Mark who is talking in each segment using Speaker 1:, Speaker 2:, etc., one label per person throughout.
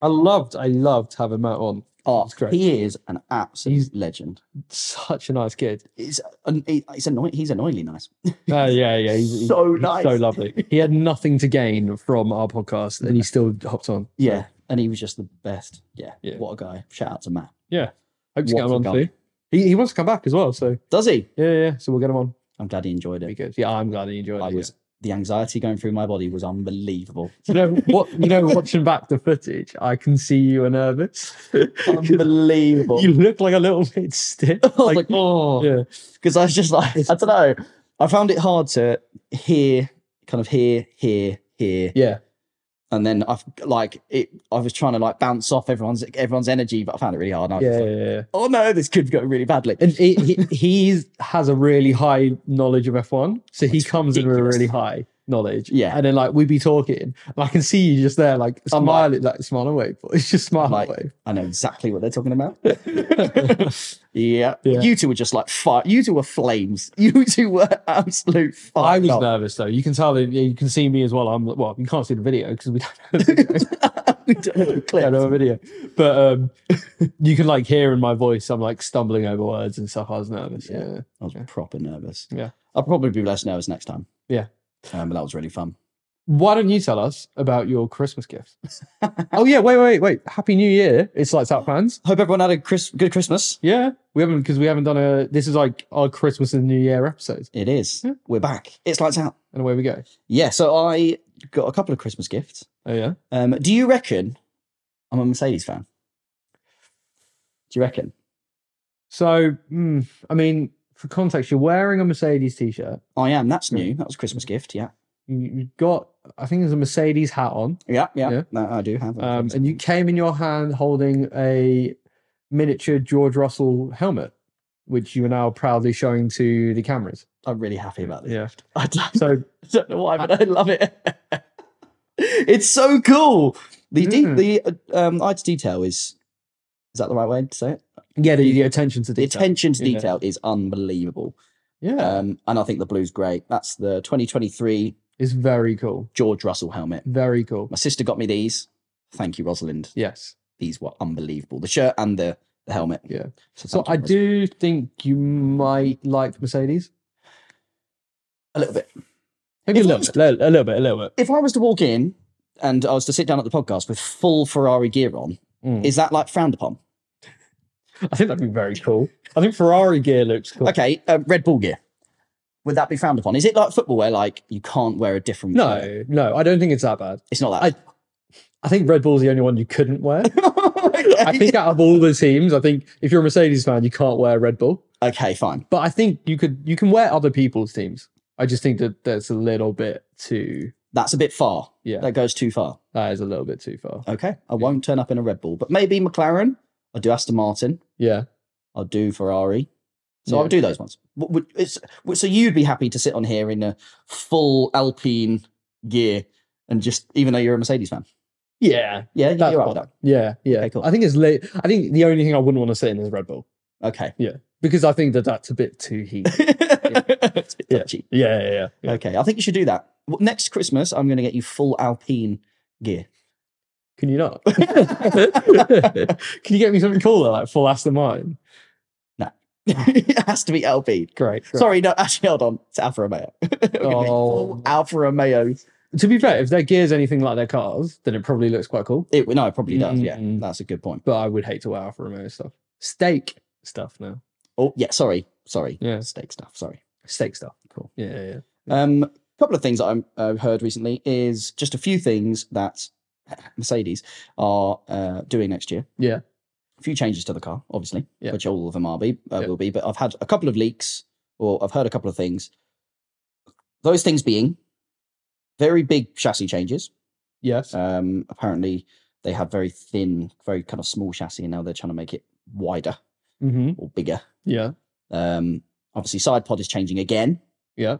Speaker 1: I loved, I loved having Matt on.
Speaker 2: Oh,
Speaker 1: That's great.
Speaker 2: he is an absolute
Speaker 1: He's-
Speaker 2: legend.
Speaker 1: Such a nice kid.
Speaker 2: It's an, it's annoying. He's annoyingly nice.
Speaker 1: Oh yeah, yeah. He's, he's-
Speaker 2: So
Speaker 1: he's
Speaker 2: nice.
Speaker 1: so lovely. He had nothing to gain from our podcast, and he still hopped on.
Speaker 2: Yeah, and he was just the best. Yeah,
Speaker 1: Yeah.
Speaker 2: what a guy. Shout out to Matt.
Speaker 1: Hope to get
Speaker 2: What
Speaker 1: him
Speaker 2: a
Speaker 1: on
Speaker 2: guy.
Speaker 1: too. He, he wants to come back as well. So
Speaker 2: Does he?
Speaker 1: yeah, yeah. So we'll get him on.
Speaker 2: I'm glad he enjoyed it.
Speaker 1: Because yeah, I'm glad he enjoyed it.
Speaker 2: I
Speaker 1: yeah.
Speaker 2: was the anxiety going through my body was unbelievable.
Speaker 1: You know what? You know, watching back the footage, I can see you were nervous. 'Cause
Speaker 2: Unbelievable.
Speaker 1: you look like a little bit stiff.
Speaker 2: I was
Speaker 1: Like,
Speaker 2: like, oh,
Speaker 1: yeah,
Speaker 2: because I was just like, I don't know. I found it hard to hear, kind of hear, hear, hear,
Speaker 1: yeah,
Speaker 2: and then I've like it. I was trying to like bounce off everyone's everyone's energy, but I found it really hard. And I was
Speaker 1: yeah,
Speaker 2: just
Speaker 1: yeah.
Speaker 2: like,
Speaker 1: yeah.
Speaker 2: oh no, this could go really badly.
Speaker 1: And he, he he's, has a really high knowledge of F1, so he
Speaker 2: That's
Speaker 1: comes in with a
Speaker 2: ridiculous.
Speaker 1: really high knowledge.
Speaker 2: Yeah.
Speaker 1: and then like we'd be talking, and I can see you just there, like
Speaker 2: I'm
Speaker 1: smile, like, like smile away, but it's just smile
Speaker 2: Like-
Speaker 1: away.
Speaker 2: I know exactly what they're talking about.
Speaker 1: I
Speaker 2: Yeah.
Speaker 1: Yeah.
Speaker 2: You two were just like fire. You two were flames. You two were absolute fire.
Speaker 1: was nervous though. You can tell that you can see me as well. I'm well, you can't see the video because we don't have a video.
Speaker 2: we don't have a clip.
Speaker 1: I know a video, but um, you can like hear in my voice, I'm like stumbling over words and stuff. I was nervous.
Speaker 2: Yeah.
Speaker 1: Yeah.
Speaker 2: I was proper nervous.
Speaker 1: Yeah.
Speaker 2: I'll probably be less nervous next time.
Speaker 1: Yeah.
Speaker 2: Um, but that was really fun.
Speaker 1: Why don't you tell us about your Christmas gift? oh yeah, wait, wait, wait. Happy New Year! It's lights out fans.
Speaker 2: Hope everyone had a Chris- good Christmas.
Speaker 1: Yeah, we haven't because we haven't done a. This is like our Christmas and New Year episode,
Speaker 2: It is.
Speaker 1: Yeah.
Speaker 2: We're back. It's lights out.
Speaker 1: and away we go.
Speaker 2: Yeah. So I got a couple of Christmas gifts.
Speaker 1: Oh yeah,
Speaker 2: Um, do you reckon I'm a Mercedes fan? Do you reckon?
Speaker 1: so mm, I mean, for context, you're wearing a Mercedes T-shirt.
Speaker 2: I am. That's new. That was a Christmas gift. Yeah.
Speaker 1: You- You've got, I think, there's a Mercedes hat on,
Speaker 2: Yeah. Yeah.
Speaker 1: Yeah.
Speaker 2: No, I do have. a
Speaker 1: um,
Speaker 2: Christmas
Speaker 1: and you came in your hand holding a miniature George Russell helmet, which you are now proudly showing to the cameras.
Speaker 2: I'm really happy about this.
Speaker 1: Yeah.
Speaker 2: I don't-
Speaker 1: So
Speaker 2: I don't know why, but I love it. it's so cool. The de-
Speaker 1: Mm.
Speaker 2: the uh, um, eye to detail is is that the right way to say it?
Speaker 1: yeah, the, the attention to
Speaker 2: The
Speaker 1: detail.
Speaker 2: attention to
Speaker 1: Yeah.
Speaker 2: detail is unbelievable.
Speaker 1: yeah,
Speaker 2: Um, and I think the blue's great. That's the 2023
Speaker 1: it's very cool.
Speaker 2: George Russell helmet.
Speaker 1: Very cool.
Speaker 2: My sister got me these. Thank you, Rosalind.
Speaker 1: Yes.
Speaker 2: These were unbelievable. The shirt and the, the helmet.
Speaker 1: Yeah. So
Speaker 2: thank you,
Speaker 1: I
Speaker 2: Ros-
Speaker 1: do think you might like Mercedes.
Speaker 2: a little bit.
Speaker 1: Maybe a
Speaker 2: If I
Speaker 1: little,
Speaker 2: was
Speaker 1: bit, a little- a little bit, a little bit.
Speaker 2: If I was to walk in and I was to sit down at the podcast with full Ferrari gear on,
Speaker 1: Mm.
Speaker 2: is that like frowned upon?
Speaker 1: I think that'd be very cool. I think Ferrari gear looks cool.
Speaker 2: Okay, uh, Red Bull gear. Would that be frowned upon? Is it like football where like you can't wear a different? shirt?
Speaker 1: No, no, I don't think it's that bad.
Speaker 2: it's not that.
Speaker 1: I think Red Bull's the only one you couldn't wear.
Speaker 2: okay.
Speaker 1: I think out of all the teams, I think if you're a Mercedes fan, you can't wear Red Bull.
Speaker 2: okay, fine.
Speaker 1: But I think you could you can wear other people's teams. I just think that that's a little bit too
Speaker 2: That's a bit far.
Speaker 1: yeah,
Speaker 2: That goes too far.
Speaker 1: that is a little bit too far.
Speaker 2: Okay, I won't turn up in a Red Bull, but maybe McLaren. I'll do Aston Martin.
Speaker 1: Yeah.
Speaker 2: I'll do Ferrari. So
Speaker 1: Yeah.
Speaker 2: I'll do those ones. What Would, it's, would- so you'd be happy to sit on here in a full Alpine gear and just, even though you're a Mercedes fan.
Speaker 1: Yeah.
Speaker 2: Yeah, you're
Speaker 1: That's
Speaker 2: right
Speaker 1: fine.
Speaker 2: with that.
Speaker 1: Yeah. Yeah.
Speaker 2: Okay, cool.
Speaker 1: I think it's late. I think the only thing I wouldn't want to sit in is Red Bull.
Speaker 2: Okay.
Speaker 1: because I think that that's a bit too heat.
Speaker 2: It's a bit
Speaker 1: Yeah.
Speaker 2: touchy.
Speaker 1: yeah, yeah, yeah.
Speaker 2: Okay, I think you should do that. Well, Next Christmas, I'm going to get you full Alpine gear.
Speaker 1: Can you not? Can you get me something cooler like full Aston Martin?
Speaker 2: it has to be Alpine.
Speaker 1: Great. great.
Speaker 2: Sorry, no, actually, hold on. It's Alfa Romeo. We're gonna be full
Speaker 1: Oh.
Speaker 2: Alfa Romeo.
Speaker 1: To be fair, if their gear's anything like their cars, then it probably looks quite cool.
Speaker 2: It, no, it probably does. Yeah,
Speaker 1: Mm.
Speaker 2: that's a good point.
Speaker 1: But I would hate to wear Alfa Romeo stuff. Steak stuff now.
Speaker 2: Oh, yeah, sorry. Sorry.
Speaker 1: Yeah.
Speaker 2: Steak stuff. Sorry.
Speaker 1: Steak stuff.
Speaker 2: Cool.
Speaker 1: Yeah, yeah. yeah.
Speaker 2: Um, a couple of things that I'm- I've heard recently is just a few things that Mercedes are uh, doing next year.
Speaker 1: Yeah.
Speaker 2: A few changes to the car, obviously,
Speaker 1: Yeah.
Speaker 2: which all of them are be uh,
Speaker 1: Yeah.
Speaker 2: will be. But I've had a couple of leaks, or I've heard a couple of things. Those things being very big chassis changes.
Speaker 1: Yes.
Speaker 2: Um, apparently, they had very thin, very kind of small chassis, and now they're trying to make it wider
Speaker 1: mm-hmm.
Speaker 2: or bigger.
Speaker 1: Yeah.
Speaker 2: Um, obviously, side pod is changing again.
Speaker 1: Yeah.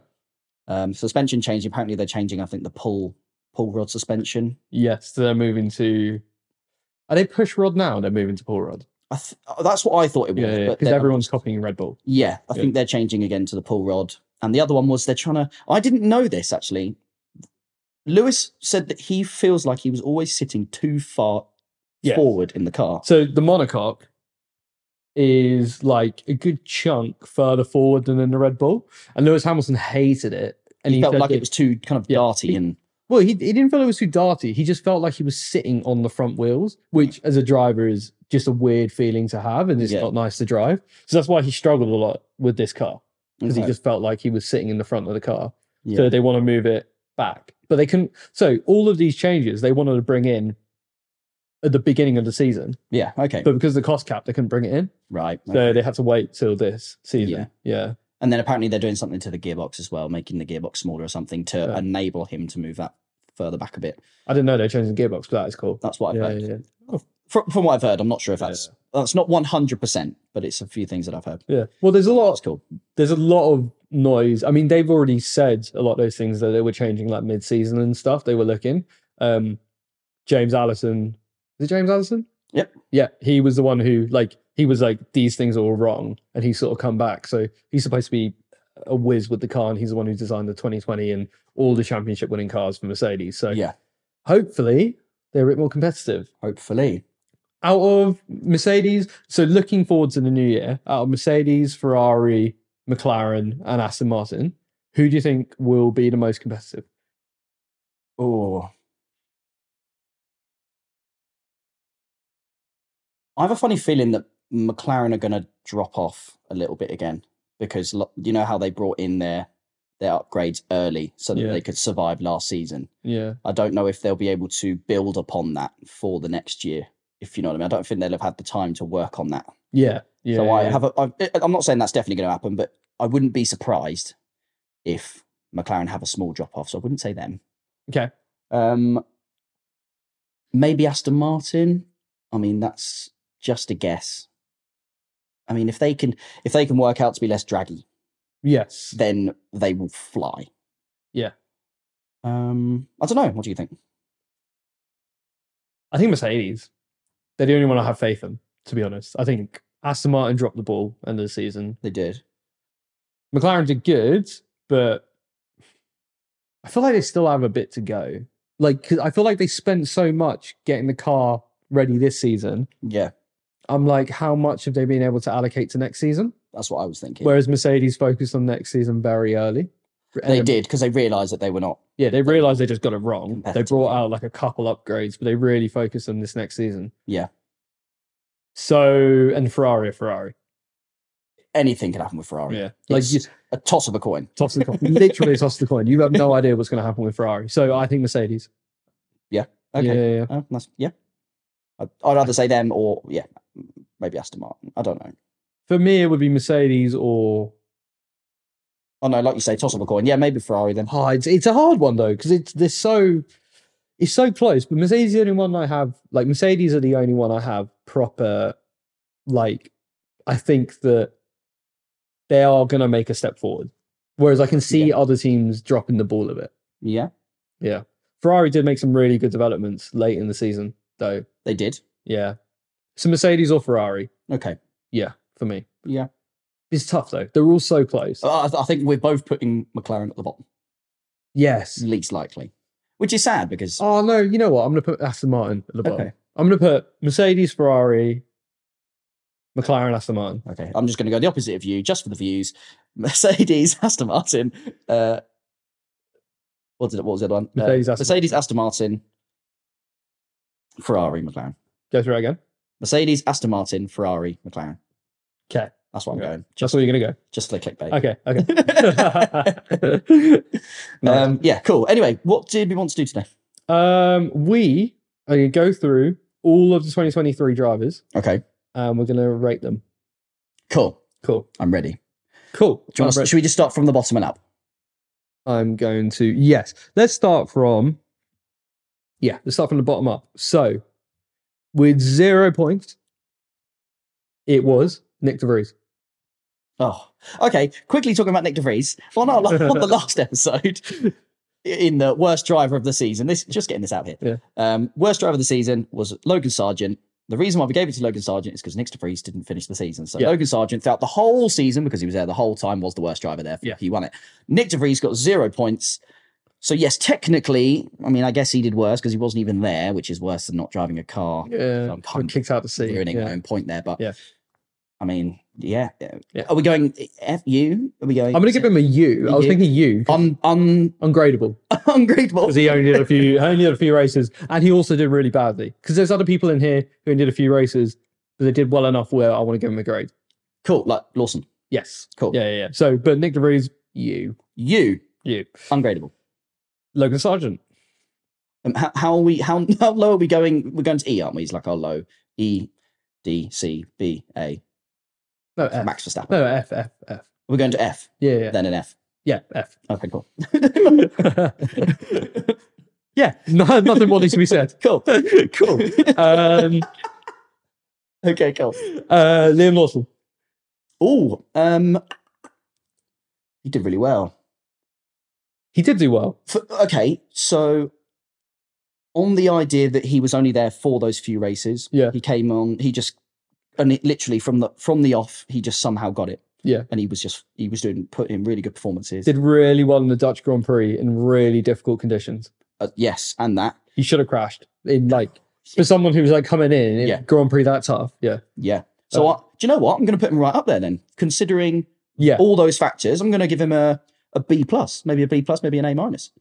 Speaker 2: Um, suspension change. Apparently, they're changing. I think the pull pull rod suspension.
Speaker 1: Yes. They're moving to. Are they push rod now? They're moving to pull rod.
Speaker 2: I th- uh, that's what I thought it was.
Speaker 1: Yeah, yeah.
Speaker 2: but
Speaker 1: Because
Speaker 2: then-
Speaker 1: everyone's copying Red Bull.
Speaker 2: yeah, I
Speaker 1: Yeah.
Speaker 2: think they're changing again to the pull rod. And the other one was they're trying to. I didn't know this actually. Lewis said that he feels like he was always sitting too far
Speaker 3: Yeah.
Speaker 2: forward in the car.
Speaker 1: So the monocoque is like a good chunk further forward than in the Red Bull. And Lewis Hamilton hated it. And
Speaker 2: And
Speaker 1: he,
Speaker 2: he felt
Speaker 1: said
Speaker 2: like
Speaker 1: that-
Speaker 2: it was too kind of
Speaker 1: Yeah.
Speaker 2: darty and
Speaker 1: well, he, he didn't feel it was too darty. He just felt like he was sitting on the front wheels, which as a driver is just a weird feeling to have and it's
Speaker 2: Yeah.
Speaker 1: not nice to drive. So that's why he struggled a lot with this car because he
Speaker 2: Okay.
Speaker 1: just felt like he was sitting in the front of the car.
Speaker 2: yeah.
Speaker 1: So they want to move it back. But they couldn't. So all of these changes they wanted to bring in at the beginning of the season.
Speaker 2: yeah okay
Speaker 1: But because of the cost cap, they couldn't bring it in.
Speaker 2: right
Speaker 1: So they had to wait till this season. Yeah.
Speaker 2: and then apparently they're doing something to the gearbox as well making the gearbox smaller or something to
Speaker 1: Yeah.
Speaker 2: enable him to move that further back a bit
Speaker 1: I didn't know they changed the gearbox, but that is cool.
Speaker 2: that's what I've
Speaker 1: Yeah,
Speaker 2: heard
Speaker 1: yeah, yeah.
Speaker 2: From, from what I've heard I'm not sure if that's that's not 100% but it's a few things that I've heard Oh,
Speaker 1: Yeah. Well, there's a
Speaker 2: that's
Speaker 1: lot.
Speaker 2: cool
Speaker 1: There's a lot of noise. I mean, they've already said a lot of those things that they were changing, like mid-season and stuff. They were looking. Um, James Allison. Is it James Allison?
Speaker 2: Yep.
Speaker 1: Yeah, he was the one who like he was like these things are all wrong, and he sort of come back. So he's supposed to be a whiz with the car, and he's the one who designed the 2020 and all the championship-winning cars for Mercedes. So
Speaker 2: yeah
Speaker 1: hopefully they're a bit more competitive.
Speaker 2: hopefully
Speaker 1: out of Mercedes, so looking forward to the new year, out of Mercedes, Ferrari, McLaren, and Aston Martin, who do you think will be the most competitive?
Speaker 2: oh I have a funny feeling that McLaren are going to drop off a little bit again because lo- you know how they brought in their their upgrades early so that
Speaker 1: Yeah.
Speaker 2: they could survive last season
Speaker 1: Yeah,
Speaker 2: I don't know if they'll be able to build upon that for the next year. If you know what I mean, I don't think they'll have had the time to work on that.
Speaker 1: yeah, yeah.
Speaker 2: so I
Speaker 1: yeah.
Speaker 2: have. A, I, I'm not saying that's definitely going to happen, but I wouldn't be surprised if McLaren have a small drop off. So I wouldn't say them.
Speaker 1: Okay.
Speaker 2: Um, maybe Aston Martin. I mean, that's just a guess. I mean, if they can, if they can work out to be less draggy,
Speaker 1: yes.
Speaker 2: then they will fly.
Speaker 1: Yeah.
Speaker 2: Um, I don't know. What do you think?
Speaker 1: I think Mercedes. They're the only one I have faith in, to be honest. I think Aston Martin dropped the ball end of the season.
Speaker 2: They did.
Speaker 1: McLaren did good, but I feel like they still have a bit to go. Like, 'cause I feel like they spent so much getting the car ready this season.
Speaker 2: Yeah,
Speaker 1: I'm like, how much have they been able to allocate to next season?
Speaker 2: that's what I was thinking.
Speaker 1: Whereas Mercedes focused on next season very early.
Speaker 2: They
Speaker 1: Um,
Speaker 2: did because they realised that they were not.
Speaker 1: Yeah, they realized they just got it wrong. They
Speaker 2: Competitive.
Speaker 1: brought out like a couple upgrades, but they really focused on this next season.
Speaker 2: Yeah.
Speaker 1: So, and Ferrari, are Ferrari.
Speaker 2: Anything could happen with Ferrari.
Speaker 1: Yeah. Like,
Speaker 2: It's
Speaker 1: you
Speaker 2: a toss of a coin.
Speaker 1: toss the coin. Literally toss the coin. You have no idea what's going to happen with Ferrari. So I think Mercedes.
Speaker 2: Okay.
Speaker 1: Yeah, yeah, yeah.
Speaker 2: Oh, that's, yeah. I'd, I'd rather say them or yeah, m- maybe Aston Martin. I don't know.
Speaker 1: For me, it would be Mercedes or.
Speaker 2: Oh no, like you say, toss of a coin. Yeah, maybe Ferrari then.
Speaker 1: Oh, it's, it's a hard one, though, because it's they're so. It's so close, but Mercedes is the only one I have. Like, Mercedes are the only one I have proper. Like, I think that they are going to make a step forward. Whereas I can see other teams dropping the ball a bit.
Speaker 2: Yeah,
Speaker 1: Yeah. Ferrari did make some really good developments late in the season, though.
Speaker 2: they did.
Speaker 1: Yeah. So Mercedes or Ferrari?
Speaker 2: Okay.
Speaker 1: Yeah, for me.
Speaker 2: Yeah.
Speaker 1: It's tough, though. They're all so close.
Speaker 2: Uh, I, th- I think we're both putting McLaren at the bottom,
Speaker 1: yes.
Speaker 2: least likely, which is sad because
Speaker 1: Oh, no. You know what? I'm going to put Aston Martin at the bottom.
Speaker 2: okay,
Speaker 1: I'm going to put Mercedes, Ferrari, McLaren, Aston Martin.
Speaker 2: okay, I'm just going to go the opposite of you just for the views. Mercedes, Aston Martin. Uh, what did it? What was the other one? Uh,
Speaker 1: Mercedes, Aston
Speaker 2: Mercedes, Aston Martin, Ferrari, McLaren.
Speaker 1: Go through it again.
Speaker 2: Mercedes, Aston Martin, Ferrari, McLaren.
Speaker 1: 'Kay.
Speaker 2: That's what I'm
Speaker 1: Okay.
Speaker 2: going.
Speaker 1: That's
Speaker 2: Just,
Speaker 1: where you're going
Speaker 2: just for the clickbait.
Speaker 1: to go. Okay. Okay. Nice.
Speaker 2: um, yeah, cool. Anyway, what did we want to do today?
Speaker 1: um, we are going to go through all of the 2023 drivers
Speaker 2: Okay,
Speaker 1: and we're going to rate them.
Speaker 2: cool.
Speaker 1: Cool.
Speaker 2: I'm ready.
Speaker 1: Cool.
Speaker 2: Do you want
Speaker 1: I'm
Speaker 2: to, should we just start from the bottom and up?
Speaker 1: I'm going to yes. Let's start from yeah. Let's start from the bottom up. So with zero points, it was Nick De Vries.
Speaker 2: Oh, okay. Quickly talking about Nick De Vries. On, our, on the last episode, in the worst driver of the season, this just getting this out here.
Speaker 1: Yeah.
Speaker 2: Um, worst driver of the season was Logan Sargent. The reason why we gave it to Logan Sargent is because Nick De Vries didn't finish the season. So
Speaker 1: Yeah.
Speaker 2: Logan Sargent, throughout the whole season, because he was there the whole time, was the worst driver there.
Speaker 1: Yeah.
Speaker 2: He won it. Nick De Vries got zero points. So yes, technically, I mean, I guess he did worse because he wasn't even there, which is worse than not driving a car.
Speaker 1: Yeah,
Speaker 2: I'm
Speaker 1: got
Speaker 2: kind of
Speaker 1: kicked out the seat.
Speaker 2: ruining my
Speaker 1: Yeah.
Speaker 2: own point there, but
Speaker 1: Yeah.
Speaker 2: I mean, yeah. yeah.
Speaker 1: Yeah.
Speaker 2: Are we going F U? Are we going?
Speaker 1: I'm gonna give him a U. Oh. I was
Speaker 2: You.
Speaker 1: thinking U.
Speaker 2: un un
Speaker 1: Ungradable
Speaker 2: ungrateful.
Speaker 1: because he only did a few, only did a few races, and he also did really badly. Because there's other people in here who only did a few races, but they did well enough where I want to give him a grade.
Speaker 2: Cool, like Lawson.
Speaker 1: Yes.
Speaker 2: Cool.
Speaker 1: Yeah, yeah. yeah. So, but Nick DeVries, you,
Speaker 2: You
Speaker 1: you,
Speaker 2: ungradable.
Speaker 1: Logan Sargent.
Speaker 2: Um, how, how are we? How how low are we going? We're going to E, aren't we? He's like our low E, D, C, B, A.
Speaker 1: No F.
Speaker 2: Max Verstappen.
Speaker 1: No F. F. F.
Speaker 2: We're going to F,
Speaker 1: Yeah, yeah,
Speaker 2: then an F.
Speaker 1: yeah. F.
Speaker 2: Okay, cool.
Speaker 1: yeah. No, nothing more needs to be said.
Speaker 2: cool.
Speaker 1: cool. Um,
Speaker 2: Okay, cool.
Speaker 1: uh, Liam Lawson.
Speaker 2: Oh, um, he did really well.
Speaker 1: He did do well.
Speaker 2: F- okay, so on the idea that he was only there for those few races,
Speaker 1: Yeah.
Speaker 2: he came on. He just and it literally from the from the off, he just somehow got it.
Speaker 1: Yeah.
Speaker 2: and he was just he was doing put in really good performances.
Speaker 1: Did really well in the Dutch Grand Prix in really difficult conditions.
Speaker 2: Uh, yes, and that
Speaker 1: He should have crashed in like for someone who was like coming in. in
Speaker 2: Yeah.
Speaker 1: Grand Prix that tough. Yeah.
Speaker 2: yeah. So
Speaker 1: Uh,
Speaker 2: I, do you know what? I'm going to put him right up there then, considering
Speaker 1: Yeah.
Speaker 2: all those factors. I'm going to give him a a B plus, maybe a B plus, maybe an A minus.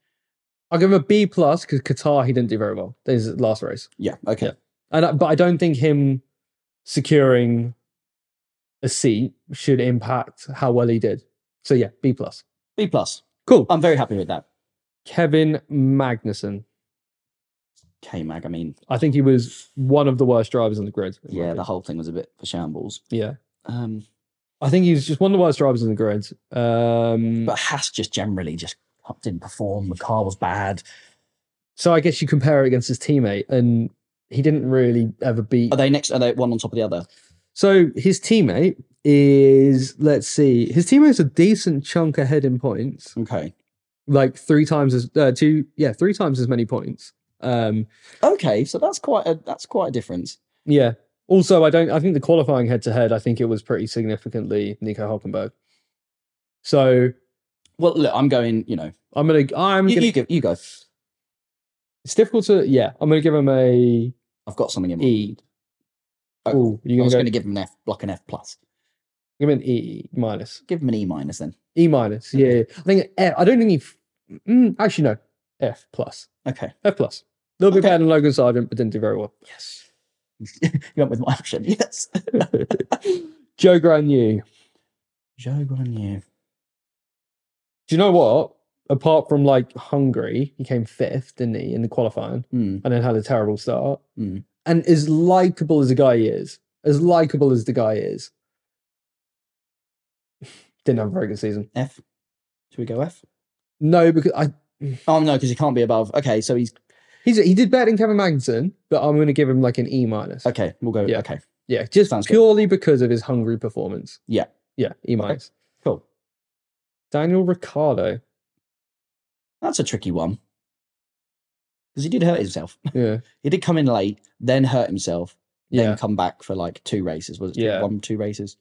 Speaker 1: I'll give him a B plus because Qatar he didn't do very well. His last race.
Speaker 2: Yeah. Okay.
Speaker 1: Yeah. And I- but I don't think him securing a seat should impact how well he did. So yeah, B plus.
Speaker 2: B plus.
Speaker 1: Cool.
Speaker 2: I'm very happy with that.
Speaker 1: Kevin Magnussen.
Speaker 2: K Mag. I mean,
Speaker 1: I think he was one of the worst drivers on the grid. in my
Speaker 2: yeah, the
Speaker 1: opinion.
Speaker 2: whole thing was a bit for shambles.
Speaker 1: yeah.
Speaker 2: Um,
Speaker 1: I think he was just one of the worst drivers on the grid. Um,
Speaker 2: but Haas just generally just didn't perform. The car was bad.
Speaker 1: so I guess you compare it against his teammate, and he didn't really ever beat.
Speaker 2: Are they next? Are they one on top of the other?
Speaker 1: So his teammate is let's see, his teammate's a decent chunk ahead in points.
Speaker 2: Okay.
Speaker 1: like three times as uh, two yeah three times as many points um
Speaker 2: Okay. So that's quite a that's quite a difference.
Speaker 1: yeah also i don't i think the qualifying head to head i think it was pretty significantly nico hulkenberg so
Speaker 2: Well, look, I'm going. You know,
Speaker 1: i'm gonna i'm
Speaker 2: you,
Speaker 1: gonna,
Speaker 2: you go. You go.
Speaker 1: it's difficult to yeah i'm gonna give him a
Speaker 2: I've got something in mind.
Speaker 1: e
Speaker 2: Oh,
Speaker 1: oh you're
Speaker 2: I
Speaker 1: gonna,
Speaker 2: was
Speaker 1: go,
Speaker 2: going to give him an F, like an F plus.
Speaker 1: give him an e minus
Speaker 2: Give him an E minus then.
Speaker 1: e minus yeah, yeah. i think f, i don't think he f- mm, actually no f plus
Speaker 2: Okay.
Speaker 1: f plus a little bit
Speaker 2: Okay.
Speaker 1: better than logan sargent but didn't do very well
Speaker 2: Yes. you went with my option. Yes.
Speaker 1: joe granu
Speaker 2: Joe Grenier.
Speaker 1: Do you know what? Apart from like Hungary, he came fifth, didn't he, in the qualifying
Speaker 2: Hmm.
Speaker 1: and then had a terrible start.
Speaker 2: Hmm.
Speaker 1: And as likable as the guy is, as likable as the guy is, didn't have a very good season.
Speaker 2: F. Should we go F?
Speaker 1: No, because I
Speaker 2: Oh no, because he can't be above. Okay, so he's
Speaker 1: he's he did better than Kevin Magnussen, but I'm going to give him like an E minus.
Speaker 2: okay. We'll go.
Speaker 1: Yeah.
Speaker 2: Okay,
Speaker 1: Yeah, just
Speaker 2: Sounds good.
Speaker 1: purely because of his Hungary performance.
Speaker 2: Yeah.
Speaker 1: yeah, E minus.
Speaker 2: cool.
Speaker 1: Daniel Ricciardo.
Speaker 2: That's a tricky one because he did hurt himself.
Speaker 1: Yeah,
Speaker 2: He did come in late, then hurt himself, then
Speaker 1: yeah,
Speaker 2: come back for like two races. Was it
Speaker 1: Yeah.
Speaker 2: one, two races?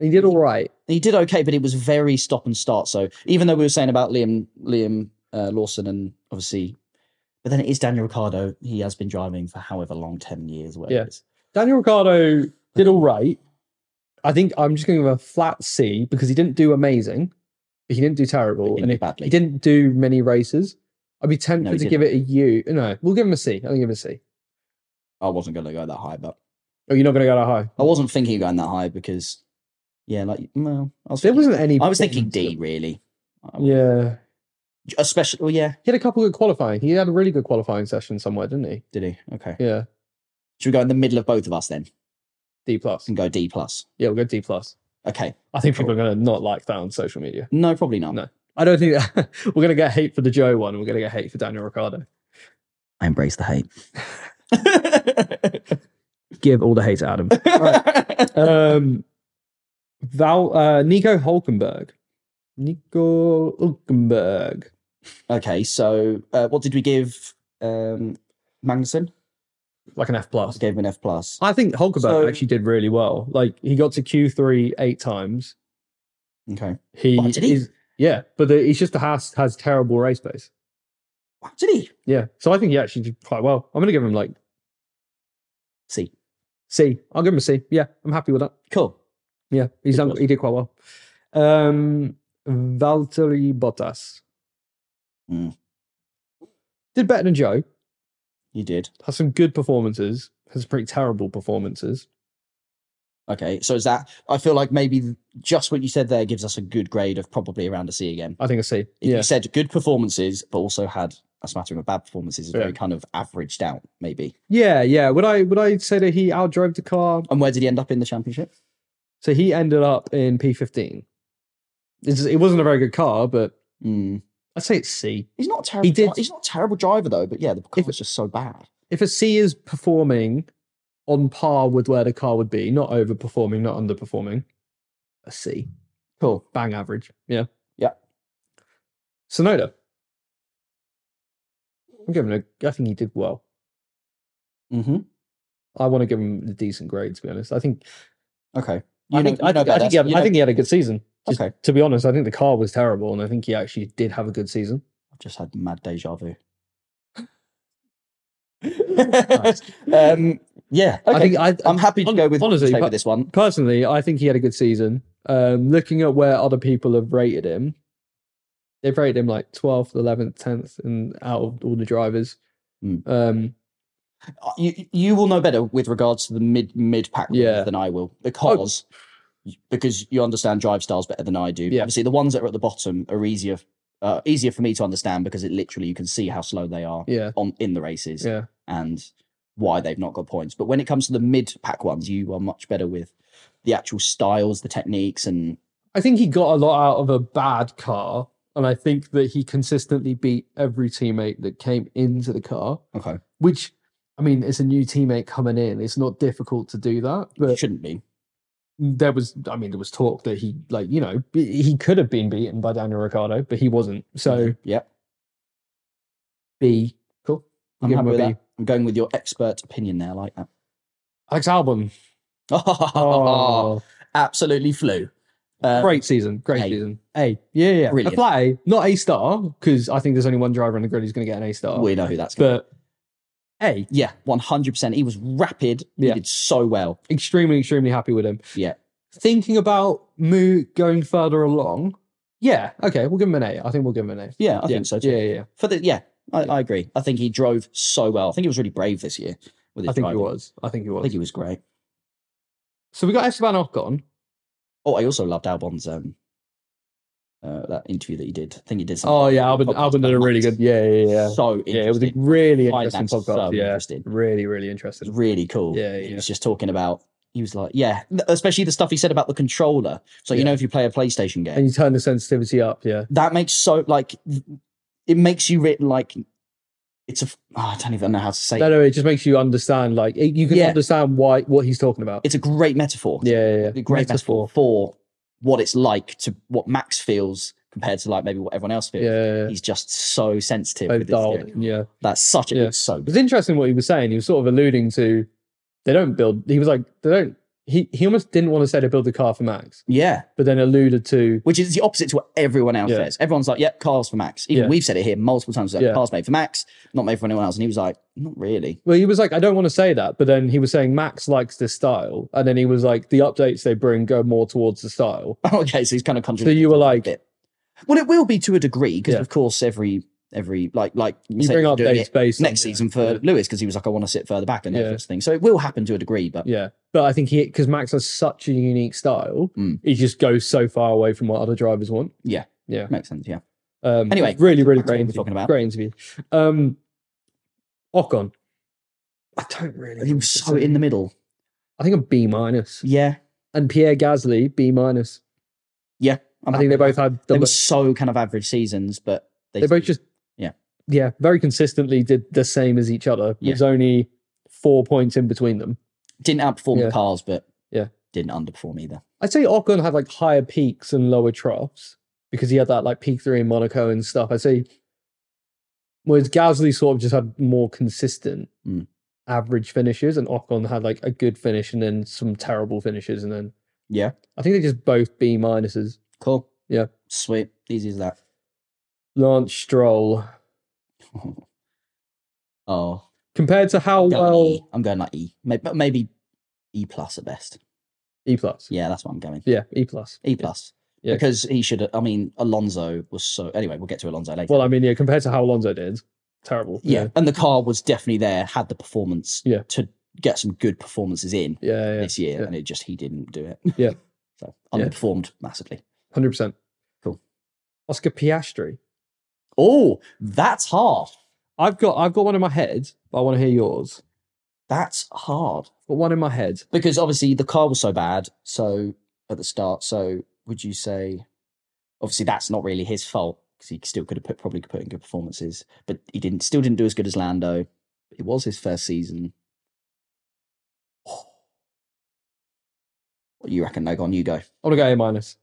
Speaker 1: he did all right.
Speaker 2: He did okay, but it was very stop and start. So even though we were saying about Liam, Liam uh, Lawson, and obviously, but then it is Daniel Ricciardo. He has been driving for however long, ten years. Whatever
Speaker 1: Yeah.
Speaker 2: it is.
Speaker 1: Daniel Ricciardo did all right. I think I'm just going to give a flat C because he didn't do amazing, but he didn't do terrible,
Speaker 2: He
Speaker 1: and
Speaker 2: did
Speaker 1: he,
Speaker 2: badly.
Speaker 1: he didn't do many races. I'd be tempted
Speaker 2: he
Speaker 1: to give it a U. No, we'll give him a C. I'll give him a C.
Speaker 2: I wasn't going to go that high, but
Speaker 1: Oh, you're not going to go that high.
Speaker 2: I wasn't thinking of going that high because, yeah, like well, I was
Speaker 1: There
Speaker 2: thinking-
Speaker 1: wasn't any.
Speaker 2: I was thinking D really,
Speaker 1: Yeah,
Speaker 2: especially. Well, yeah,
Speaker 1: he had a couple of qualifying. He had a really good qualifying session somewhere, didn't he?
Speaker 2: did he? Okay,
Speaker 1: Yeah,
Speaker 2: should we go in the middle of both of us then
Speaker 1: D plus.
Speaker 2: and go D plus?
Speaker 1: Yeah, we'll go D plus.
Speaker 2: Okay,
Speaker 1: I think people are going to not like that on social media.
Speaker 2: no, probably not.
Speaker 1: No. I don't think we're going to get hate for the Joe one. We're going to get hate for Daniel Ricciardo.
Speaker 2: I embrace the hate.
Speaker 1: Give all the hate to Adam. um, Val, uh, Nico Hulkenberg. Nico Hulkenberg.
Speaker 2: Okay, so uh, what did we give um, Magnuson?
Speaker 1: Like an F plus.
Speaker 2: I gave him an F plus.
Speaker 1: I think Hulkenberg
Speaker 2: So-
Speaker 1: actually did really well. Like he got to Q three eight times.
Speaker 2: Okay,
Speaker 1: He
Speaker 2: Oh, did he?
Speaker 1: is yeah, but the, he's just the Haas has terrible race pace.
Speaker 2: Wow, did he?
Speaker 1: Yeah. So I think he actually did quite well. I'm going to give him like
Speaker 2: See,
Speaker 1: C. I'll give him a C. Yeah, I'm happy with that.
Speaker 2: cool.
Speaker 1: Yeah, he's
Speaker 2: Good
Speaker 1: done,
Speaker 2: choice.
Speaker 1: he did quite well. Um, Valtteri Bottas
Speaker 2: Mm.
Speaker 1: did better than Joe.
Speaker 2: You did.
Speaker 1: Has some good performances. Has some pretty terrible performances.
Speaker 2: Okay, so is that? I feel like maybe just what you said there gives us a good grade of probably around a C again.
Speaker 1: I think a C.
Speaker 2: If
Speaker 1: Yeah,
Speaker 2: you said good performances, but also had a smattering of bad performances, it's very
Speaker 1: Yeah.
Speaker 2: kind of averaged out, maybe.
Speaker 1: yeah, yeah. Would I would I say that he outdrove the car?
Speaker 2: And where did he end up in the championship?
Speaker 1: So he ended up in P15. It's, it wasn't a very good car, but
Speaker 2: Mm.
Speaker 1: I'd say it's C.
Speaker 2: He's not a terrible.
Speaker 1: He did-
Speaker 2: He's not a terrible driver though. But yeah, the car
Speaker 1: If-
Speaker 2: was just so bad.
Speaker 1: If a C is performing on par with where the car would be, not overperforming, not underperforming, a C.
Speaker 2: Cool.
Speaker 1: bang average. Yeah.
Speaker 2: Yeah.
Speaker 1: Sonoda. I'm giving him a, I think he did well.
Speaker 2: hmm
Speaker 1: I want to give him a decent grade, to be honest. I think, I
Speaker 2: Okay. You know-
Speaker 1: think,
Speaker 2: you
Speaker 1: I, think,
Speaker 2: know
Speaker 1: I,
Speaker 2: better.
Speaker 1: think he had,
Speaker 2: You
Speaker 1: I
Speaker 2: know-
Speaker 1: think he had a good season. Just,
Speaker 2: Okay.
Speaker 1: To be honest, I think the car was terrible, and I think he actually did have a good season.
Speaker 2: I've just had mad deja vu. um, yeah. Okay.
Speaker 1: I think I,
Speaker 2: I'm happy to
Speaker 1: um, hon-
Speaker 2: go with
Speaker 1: honestly,
Speaker 2: stay
Speaker 1: but-
Speaker 2: with this one.
Speaker 1: personally, I think he had a good season. Um, looking at where other people have rated him, they've rated him like 12th, 11th, 10th, and out of all the drivers.
Speaker 2: Hmm.
Speaker 1: Um,
Speaker 2: Uh, You you will know better with regards to the mid mid pack
Speaker 1: Yeah. Oh.
Speaker 2: than I will because because you understand drive styles better than I do.
Speaker 1: Yeah.
Speaker 2: Obviously, the ones that are at the bottom are easier uh, easier for me to understand because it literally you can see how slow they are
Speaker 1: yeah,
Speaker 2: on in the races.
Speaker 1: yeah.
Speaker 2: and why they've not got points. But when it comes to the mid pack ones, you are much better with the actual styles, the techniques, and
Speaker 1: I think he got a lot out of a bad car, and I think that he consistently beat every teammate that came into the car.
Speaker 2: okay,
Speaker 1: Which, I mean, it's a new teammate coming in. It's not difficult to do that,
Speaker 2: it
Speaker 1: but
Speaker 2: shouldn't be.
Speaker 1: there was, I mean, there was talk that he, like, you know, b- he could have been beaten by Daniel Ricciardo, but he wasn't. So
Speaker 2: yep,
Speaker 1: B, cool. We'll
Speaker 2: I'm
Speaker 1: give
Speaker 2: happy
Speaker 1: him a
Speaker 2: with
Speaker 1: B.
Speaker 2: that. I'm going with your expert opinion there, I like that.
Speaker 1: Alex Albon, oh,
Speaker 2: Absolutely flew. Uh,
Speaker 1: great season, great
Speaker 2: A.
Speaker 1: season. A, yeah, yeah,
Speaker 2: Brilliant.
Speaker 1: a flat A, not A star, because I think there's only one driver on the grid who's going to get an A star.
Speaker 2: We know who that's going. to
Speaker 1: But A,
Speaker 2: Yeah, one hundred percent. He was rapid.
Speaker 1: Yeah.
Speaker 2: He did so well.
Speaker 1: extremely, extremely happy with him.
Speaker 2: Yeah.
Speaker 1: Thinking about Moo going further along, yeah, okay, we'll give him an A. I think we'll give him an A.
Speaker 2: Yeah, I
Speaker 1: yeah,
Speaker 2: think so too.
Speaker 1: Yeah, yeah, yeah.
Speaker 2: For the yeah, I, I agree. I think he drove so well. I think he was really brave this year with his
Speaker 1: I think he
Speaker 2: driving.
Speaker 1: was. I think he
Speaker 2: I
Speaker 1: was.
Speaker 2: think he was great.
Speaker 1: So we got Esteban Ocon.
Speaker 2: Oh, I also loved Albon's um, uh, that interview that he did. I think he did something.
Speaker 1: Oh yeah, Albin, Albin did a really good. Yeah, yeah, Oh, yeah.
Speaker 2: So interesting.
Speaker 1: Yeah, it was a really
Speaker 2: Find
Speaker 1: interesting
Speaker 2: that so
Speaker 1: podcast. Yeah,
Speaker 2: interesting.
Speaker 1: really, really
Speaker 2: It
Speaker 1: interesting.
Speaker 2: was really cool.
Speaker 1: Yeah,
Speaker 2: He
Speaker 1: yeah.
Speaker 2: was just talking about. He was like, yeah, th- especially the stuff he said about the controller. So you
Speaker 1: Yeah.
Speaker 2: know, if you play a PlayStation game,
Speaker 1: And you turn the sensitivity up. Yeah,
Speaker 2: that makes so like it makes you re- like it's a. f- oh, I don't even know how to say.
Speaker 1: no,
Speaker 2: it.
Speaker 1: no, it just makes you understand. Like it- you can
Speaker 2: Yeah.
Speaker 1: understand why what he's talking about.
Speaker 2: It's a great metaphor.
Speaker 1: Yeah, yeah, yeah.
Speaker 2: a great metaphor. for what it's like to what Max feels compared to like maybe what everyone else feels.
Speaker 1: Yeah,
Speaker 2: He's just so sensitive.
Speaker 1: yeah.
Speaker 2: with his
Speaker 1: Dialed
Speaker 2: hearing.
Speaker 1: in, yeah.
Speaker 2: That's such a
Speaker 1: Yeah.
Speaker 2: it's so
Speaker 1: It was interesting what he was saying. He was sort of alluding to they don't build. He was like they don't. He he almost didn't want to say they build the car for Max,
Speaker 2: yeah.
Speaker 1: but then alluded to
Speaker 2: Which is the opposite to what everyone else
Speaker 1: Yeah.
Speaker 2: says. Everyone's like, "Yep, cars for Max." Even
Speaker 1: Yeah.
Speaker 2: we've said it here multiple times. Like,
Speaker 1: Yeah.
Speaker 2: Cars made for Max, not made for anyone else. And he was like, "Not really."
Speaker 1: well, he was like I don't want to say that, but then he was saying Max likes this style, and then he was like the updates they bring go more towards the style.
Speaker 2: okay, so he's kind of
Speaker 1: So
Speaker 2: contradicting
Speaker 1: you were like,
Speaker 2: it. Well, it will be to a degree because,
Speaker 1: Yeah.
Speaker 2: of course, every every like like
Speaker 1: you bring
Speaker 2: Mercedes doing
Speaker 1: updates
Speaker 2: it
Speaker 1: based on-
Speaker 2: next season for Lewis because he was like, "I want to sit further back" and that
Speaker 1: Yeah.
Speaker 2: sort of thing. So it will happen to a degree, but
Speaker 1: Yeah, but I think he because Max has such a unique style,
Speaker 2: Mm.
Speaker 1: he just goes so far away from what other drivers want.
Speaker 2: makes sense. Yeah.
Speaker 1: Um,
Speaker 2: Anyway,
Speaker 1: really, really great
Speaker 2: that's what we're
Speaker 1: interview.
Speaker 2: talking about.
Speaker 1: Great interview. Um, Ocon, I don't really.
Speaker 2: He
Speaker 1: know
Speaker 2: was
Speaker 1: what to
Speaker 2: so
Speaker 1: say.
Speaker 2: in the middle.
Speaker 1: I think a B minus.
Speaker 2: Yeah.
Speaker 1: And Pierre Gasly, B minus.
Speaker 2: I'm
Speaker 1: I think they
Speaker 2: happy
Speaker 1: both
Speaker 2: with that.
Speaker 1: had
Speaker 2: they
Speaker 1: the,
Speaker 2: were so kind of average seasons, but they,
Speaker 1: they both just
Speaker 2: Yeah.
Speaker 1: yeah very consistently did the same as each other.
Speaker 2: Yeah.
Speaker 1: There's only four points in between them.
Speaker 2: didn't outperform
Speaker 1: Yeah.
Speaker 2: the cars, but
Speaker 1: Yeah.
Speaker 2: didn't underperform either.
Speaker 1: I'd say Ocon had like higher peaks and lower troughs because he had that like peak three in Monaco and stuff. I'd say whereas Gasly sort of just had more consistent
Speaker 2: Mm.
Speaker 1: average finishes and Ocon had like a good finish and then some terrible finishes and then
Speaker 2: Yeah.
Speaker 1: I think they just both B minuses.
Speaker 2: Cool.
Speaker 1: Yeah.
Speaker 2: Sweet. Easy as that.
Speaker 1: Lance Stroll.
Speaker 2: oh,
Speaker 1: compared to how
Speaker 2: I'm going E.
Speaker 1: well
Speaker 2: I'm going like E, maybe, maybe E plus at best.
Speaker 1: E plus.
Speaker 2: Yeah, that's what I'm going.
Speaker 1: Yeah, E plus.
Speaker 2: E plus
Speaker 1: Yeah.
Speaker 2: because he should. I mean, Alonso was so. Anyway, we'll get to Alonso later.
Speaker 1: Well, I mean, yeah, compared to how Alonso did, terrible.
Speaker 2: yeah. and the car was definitely there. Had the performance.
Speaker 1: Yeah.
Speaker 2: to get some good performances in
Speaker 1: yeah, yeah,
Speaker 2: this year,
Speaker 1: yeah.
Speaker 2: and it just he didn't do it.
Speaker 1: Yeah.
Speaker 2: so
Speaker 1: Yeah.
Speaker 2: underperformed massively.
Speaker 1: hundred percent.
Speaker 2: Cool.
Speaker 1: Oscar Piastri.
Speaker 2: Oh, that's hard.
Speaker 1: I've got I've got one in my head, but I want to hear yours.
Speaker 2: That's hard.
Speaker 1: I've got one in my head.
Speaker 2: because obviously the car was so bad so at the start so would you say obviously that's not really his fault because he still could have put probably could put in good performances but he didn't still didn't do as good as lando it was his first season what do you reckon Nogon? you go
Speaker 1: I want to go A minus.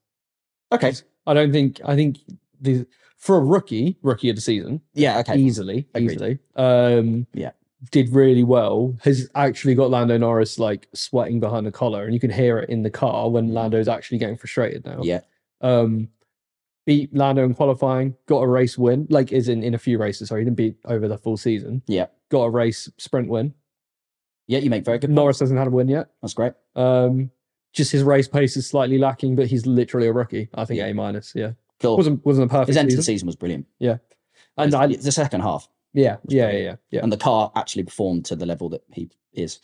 Speaker 2: okay
Speaker 1: I don't think I think the for a rookie rookie of the season
Speaker 2: yeah okay
Speaker 1: easily
Speaker 2: Agreed.
Speaker 1: easily um
Speaker 2: Yeah.
Speaker 1: did really well has actually got Lando Norris like sweating behind the collar and you can hear it in the car when Lando's actually getting frustrated now
Speaker 2: yeah
Speaker 1: um beat Lando in qualifying got a race win like is in in a few races sorry he didn't beat over the full season
Speaker 2: yeah
Speaker 1: got a race sprint win
Speaker 2: yeah you make very good
Speaker 1: Norris hasn't had a win yet
Speaker 2: that's great
Speaker 1: um just his race pace is slightly lacking but he's literally a rookie I think
Speaker 2: Yeah.
Speaker 1: A minus yeah
Speaker 2: cool
Speaker 1: wasn't wasn't a perfect
Speaker 2: his end to
Speaker 1: season.
Speaker 2: the season was brilliant
Speaker 1: and I
Speaker 2: the second half
Speaker 1: yeah yeah yeah
Speaker 2: brilliant.
Speaker 1: yeah yeah
Speaker 2: and the car actually performed to the level that he is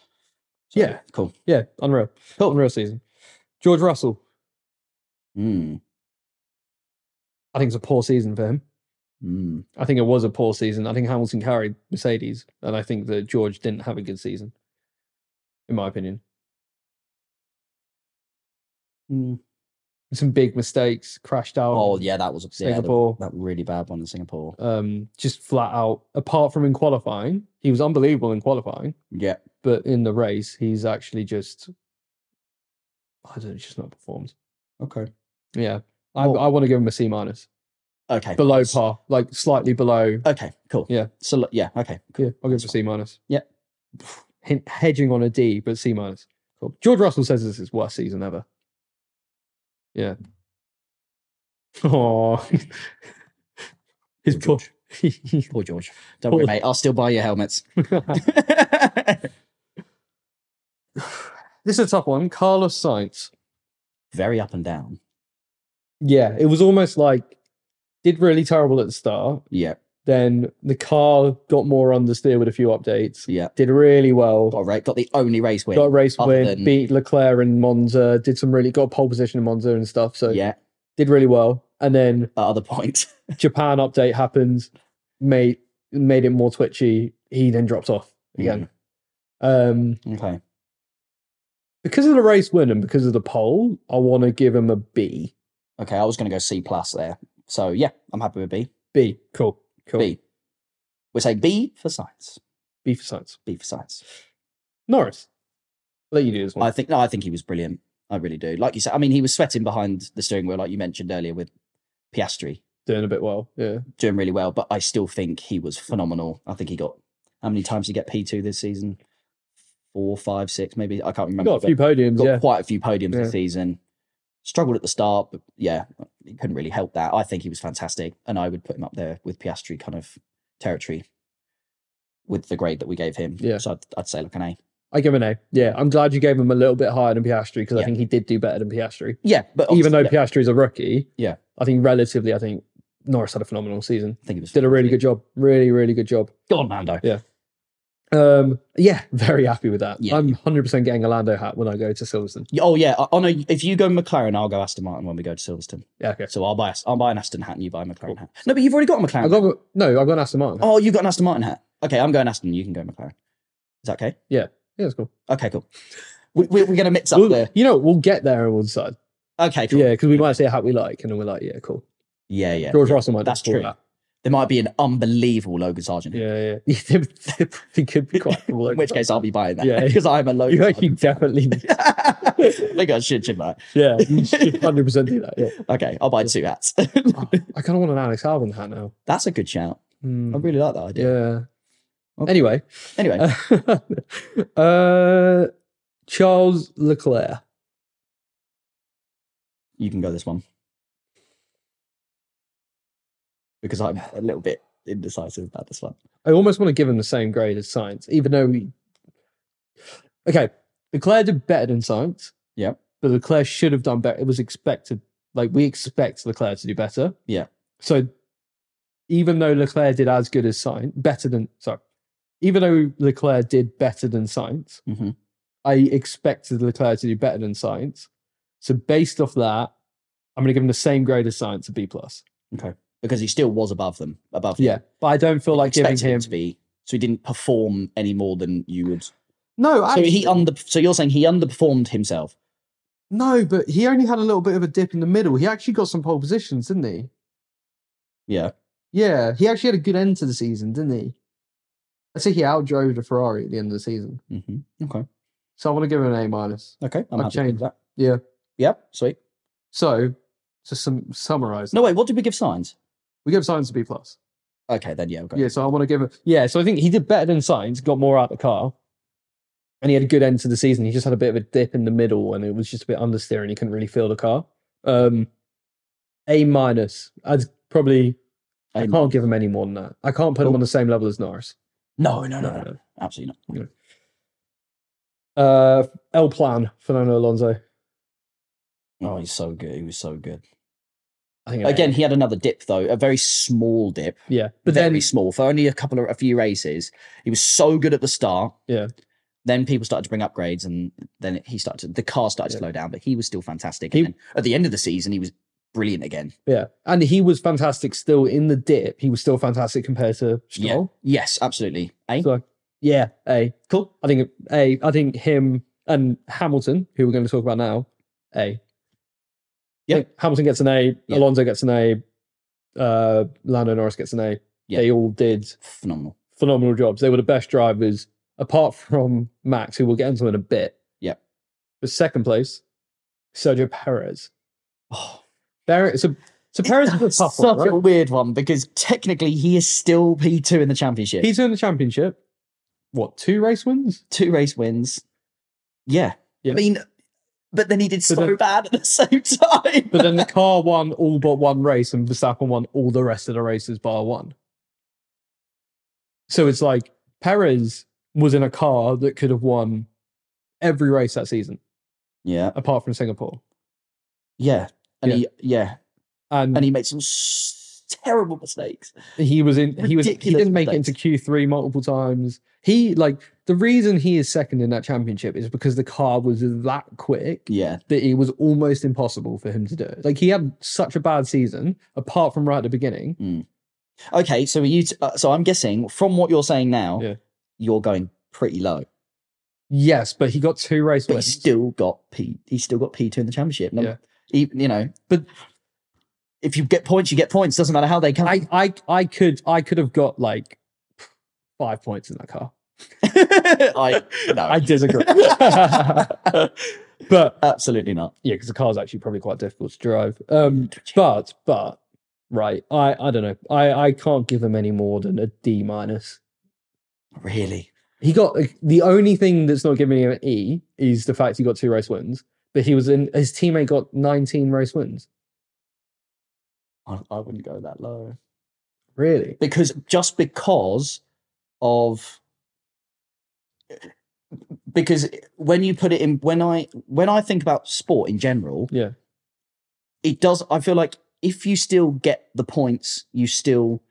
Speaker 2: So,
Speaker 1: Yeah.
Speaker 2: cool
Speaker 1: Yeah, unreal.
Speaker 2: Cool.
Speaker 1: Unreal season. George Russell,
Speaker 2: Mm,
Speaker 1: I think it's a poor season for him.
Speaker 2: mm.
Speaker 1: I think it was a poor season. I think Hamilton carried Mercedes, and I think that George didn't have a good season, in my opinion. Mm. Some big mistakes, crashed out.
Speaker 2: Oh yeah, that was yeah, the-
Speaker 1: Singapore.
Speaker 2: that really bad one in Singapore.
Speaker 1: Um, just flat out. Apart from in qualifying, he was unbelievable in qualifying,
Speaker 2: Yeah,
Speaker 1: but in the race, he's actually just, I don't, know, he's just not performed.
Speaker 2: okay,
Speaker 1: Yeah, I,
Speaker 2: Well-
Speaker 1: I want to give him a C minus,
Speaker 2: okay,
Speaker 1: below par, like slightly below
Speaker 2: Okay, cool.
Speaker 1: Yeah.
Speaker 2: So look, yeah, okay,
Speaker 1: Yeah, I'll give
Speaker 2: That's
Speaker 1: it a C minus.
Speaker 2: Yeah.
Speaker 1: Hint, hedging on a D, but C minus. Cool. George Russell says this is worst season ever. Yeah. Oh, his poor.
Speaker 2: poor George. Don't
Speaker 1: Poor-
Speaker 2: worry, mate. I'll still buy your helmets.
Speaker 1: this is a tough one. Carlos Sainz.
Speaker 2: Very up and down.
Speaker 1: Yeah, it was almost like did really terrible at the start.
Speaker 2: Yeah,
Speaker 1: Then the car got more understeer with a few updates.
Speaker 2: yeah.
Speaker 1: Did really well.
Speaker 2: Got a ra- got the only race win.
Speaker 1: got a race
Speaker 2: other
Speaker 1: win,
Speaker 2: than-
Speaker 1: beat Leclerc in Monza, did some really got pole position in Monza and stuff. So
Speaker 2: yeah,
Speaker 1: did really well. And then
Speaker 2: at other points.
Speaker 1: Japan update happens, made made it more twitchy. He then dropped off again.
Speaker 2: Mm.
Speaker 1: Um,
Speaker 2: okay,
Speaker 1: because of the race win and because of the pole, I want to give him a B.
Speaker 2: okay. I was going to go C plus there. So yeah, I'm happy with B.
Speaker 1: B, cool, cool.
Speaker 2: B. We say B for science.
Speaker 1: B for science.
Speaker 2: B for science.
Speaker 1: Norris, I'll let you do this
Speaker 2: I
Speaker 1: one.
Speaker 2: think no, I think he was brilliant. I really do. Like you said, I mean, he was sweating behind the steering wheel, like you mentioned earlier with Piastri
Speaker 1: Doing a bit well, yeah.
Speaker 2: doing really well. But I still think he was phenomenal. I think he got how many times did he get P two this season? Four, five, six, maybe I can't remember.
Speaker 1: Got a
Speaker 2: but
Speaker 1: few podiums,
Speaker 2: got
Speaker 1: yeah.
Speaker 2: quite a few podiums
Speaker 1: Yeah.
Speaker 2: this season. Struggled at the start, but yeah, he couldn't really help that. I think he was fantastic, and I would put him up there with Piastri kind of territory with the grade that we gave him.
Speaker 1: Yeah.
Speaker 2: so I'd, I'd say like an A.
Speaker 1: I give him an A. Yeah, I'm glad you gave him a little bit higher than Piastri because I
Speaker 2: Yeah.
Speaker 1: think he did do better than Piastri.
Speaker 2: Yeah, but
Speaker 1: even though
Speaker 2: obviously- yeah,
Speaker 1: Piastri is a rookie,
Speaker 2: Yeah.
Speaker 1: I think relatively, I think Norris had a phenomenal season.
Speaker 2: I think he was
Speaker 1: Did a really good job, really, really good job.
Speaker 2: Go on, Mando.
Speaker 1: Um, yeah, very happy with that.
Speaker 2: Yeah.
Speaker 1: I'm 100 percent getting a Lando hat when I go to Silverstone.
Speaker 2: Yeah, Oh yeah. Oh no. If you go McLaren, I'll go Aston Martin when we go to Silverstone.
Speaker 1: Yeah, okay.
Speaker 2: So I'll buy a- I'll buy an Aston hat and you buy a McLaren hat. No, but you've already got a McLaren.
Speaker 1: I got no, I got an Aston Martin.
Speaker 2: oh, you've got an Aston Martin hat. Okay, I'm going Aston. You can go McLaren. Is that okay?
Speaker 1: Yeah, it's cool.
Speaker 2: Okay, cool. We, we, we're gonna mix up
Speaker 1: We'll-
Speaker 2: the.
Speaker 1: you know, we'll get there and we'll decide.
Speaker 2: Okay, cool.
Speaker 1: Yeah,
Speaker 2: Yeah,
Speaker 1: because we might see a hat we like, and then we're like, yeah, cool.
Speaker 2: yeah.
Speaker 1: George Russell might.
Speaker 2: That's
Speaker 1: just call
Speaker 2: true.
Speaker 1: That.
Speaker 2: There might be an unbelievable Logan Sargent. hat,
Speaker 1: Yeah, yeah. yeah. he could be quite cool.
Speaker 2: In which case, I'll be buying that
Speaker 1: Yeah.
Speaker 2: because I'm a Logan.
Speaker 1: you, you
Speaker 2: Sargent.
Speaker 1: definitely.
Speaker 2: I think I should, shouldn't I?
Speaker 1: Yeah, you should 100 percent do that. Yeah.
Speaker 2: Okay, I'll buy two hats.
Speaker 1: Oh, I kind of want an Alex Albon hat now.
Speaker 2: That's a good shout.
Speaker 1: Hmm.
Speaker 2: I really like that idea.
Speaker 1: Yeah.
Speaker 2: Okay.
Speaker 1: Anyway,
Speaker 2: Anyway,
Speaker 1: uh, Charles Leclerc.
Speaker 2: you can go this one because I'm a little bit indecisive about this one.
Speaker 1: I almost want to give him the same grade as science, even though we. Okay, Leclerc did better than science,
Speaker 2: Yep.
Speaker 1: but Leclerc should have done better. It was expected, like we expect Leclerc to do better.
Speaker 2: Yeah.
Speaker 1: So, even though Leclerc did as good as science, better than sorry, even though Leclerc did better than science,
Speaker 2: Mhm.
Speaker 1: I expected Leclerc to do better than science. So based off that, I'm going to give him the same grade as science, a B plus.
Speaker 2: Because he still was above them, above
Speaker 1: Yeah, but I don't feel
Speaker 2: Them.
Speaker 1: like giving
Speaker 2: Expected
Speaker 1: him.
Speaker 2: to be. So he didn't perform any more than you would.
Speaker 1: No,
Speaker 2: So
Speaker 1: actually,
Speaker 2: he under. So you're saying he underperformed himself.
Speaker 1: no, but he only had a little bit of a dip in the middle. He actually got some pole positions, didn't he?
Speaker 2: Yeah.
Speaker 1: Yeah, he actually had a good end to the season, didn't he? I think he outdrove the Ferrari at the end of the season.
Speaker 2: hmm Okay.
Speaker 1: So I want to give him an A minus.
Speaker 2: Okay. I'm
Speaker 1: I've
Speaker 2: happy with
Speaker 1: changed.
Speaker 2: that.
Speaker 1: Yeah.
Speaker 2: Yep. Sweet.
Speaker 1: So to sum summarize,
Speaker 2: No wait. What did we give signs?
Speaker 1: we give science a B plus.
Speaker 2: Okay. Then yeah. Okay.
Speaker 1: Yeah, so I want to give it. Yeah, so I think he did better than science, got more out of the car, and he had a good end to the season. He just had a bit of a dip in the middle, and it was just a bit understeer, and he couldn't really feel the car. Um, a minus. I'd probably. I
Speaker 2: A
Speaker 1: I
Speaker 2: minus.
Speaker 1: can't give him any more than that. I can't put him
Speaker 2: Cool.
Speaker 1: on the same level as Norris.
Speaker 2: No. No. No. no. Absolutely not.
Speaker 1: no. Uh, L plan Fernando Alonso.
Speaker 2: Oh, he's so good. He was so good.
Speaker 1: I think an A.
Speaker 2: Again, he had another dip though, a very small dip.
Speaker 1: yeah, but
Speaker 2: very
Speaker 1: then
Speaker 2: small for only a couple of a few races. He was so good at the start.
Speaker 1: Yeah.
Speaker 2: Then people started to bring upgrades, and then he started. To, the car started to
Speaker 1: Yeah.
Speaker 2: slow down, but he was still fantastic.
Speaker 1: He-
Speaker 2: and then at the end of the season, he was brilliant again.
Speaker 1: yeah, and he was fantastic still in the dip. He was still fantastic compared to Stroll.
Speaker 2: Yeah. Yes, absolutely. Eh?
Speaker 1: So yeah, A. Cool. I think A I think him and Hamilton, who we're going to talk about now, A.
Speaker 2: Yeah.
Speaker 1: I think Hamilton gets an A,
Speaker 2: Yeah.
Speaker 1: Alonso gets an A, uh Lando Norris gets an A.
Speaker 2: Yeah.
Speaker 1: They all did
Speaker 2: Phenomenal.
Speaker 1: phenomenal jobs. They were the best drivers, apart from Max, who we'll get into in a bit.
Speaker 2: Yeah.
Speaker 1: But second place, Sergio Perez.
Speaker 2: Oh,
Speaker 1: Perez so, so Perez was a tough
Speaker 2: such
Speaker 1: one. Right?
Speaker 2: a weird one because technically he is still P two in the championship.
Speaker 1: He's in the championship. What, two race wins?
Speaker 2: two race wins. Yeah.
Speaker 1: Yeah.
Speaker 2: I mean, but then he did so
Speaker 1: then-
Speaker 2: bad at the same time.
Speaker 1: But then the car won all but one race, and Verstappen won all the rest of the races bar one. So it's like Perez was in a car that could have won every race that season,
Speaker 2: yeah.
Speaker 1: apart from Singapore.
Speaker 2: Yeah. And
Speaker 1: Yeah.
Speaker 2: he yeah.
Speaker 1: And,
Speaker 2: And he made some s- terrible mistakes.
Speaker 1: he, was in. He was. He
Speaker 2: Ridiculous
Speaker 1: didn't make
Speaker 2: mistakes.
Speaker 1: it into Q three multiple times. He like the reason he is second in that championship is because the car was that quick
Speaker 2: Yeah.
Speaker 1: that it was almost impossible for him to do it. Like he had such a bad season, apart from right at the beginning.
Speaker 2: Okay, so are you t- uh, so I'm guessing from what you're saying now,
Speaker 1: Yeah.
Speaker 2: you're going pretty low.
Speaker 1: Yes, but he got two race
Speaker 2: But
Speaker 1: wins.
Speaker 2: he's still got P he's still got P2 in the championship. Num-
Speaker 1: Yeah.
Speaker 2: Even, you know,
Speaker 1: But-
Speaker 2: if you get points, you get points. Doesn't matter how they come.
Speaker 1: I, I I could I could have got like five points in that car.
Speaker 2: I, no.
Speaker 1: I disagree. but
Speaker 2: Absolutely not.
Speaker 1: yeah, because the car's actually probably quite difficult to drive. Um but but right, I I don't know. I I can't give him any more than a D minus.
Speaker 2: Really?
Speaker 1: He got like, the only thing that's not giving him an E is the fact he got two race wins. But he was in his teammate got 19 race wins.
Speaker 2: I, I wouldn't go that low.
Speaker 1: Really?
Speaker 2: because just because of because when you put it in when i when i think about sport in general
Speaker 1: Yeah.
Speaker 2: it does i feel like if you still get the points you still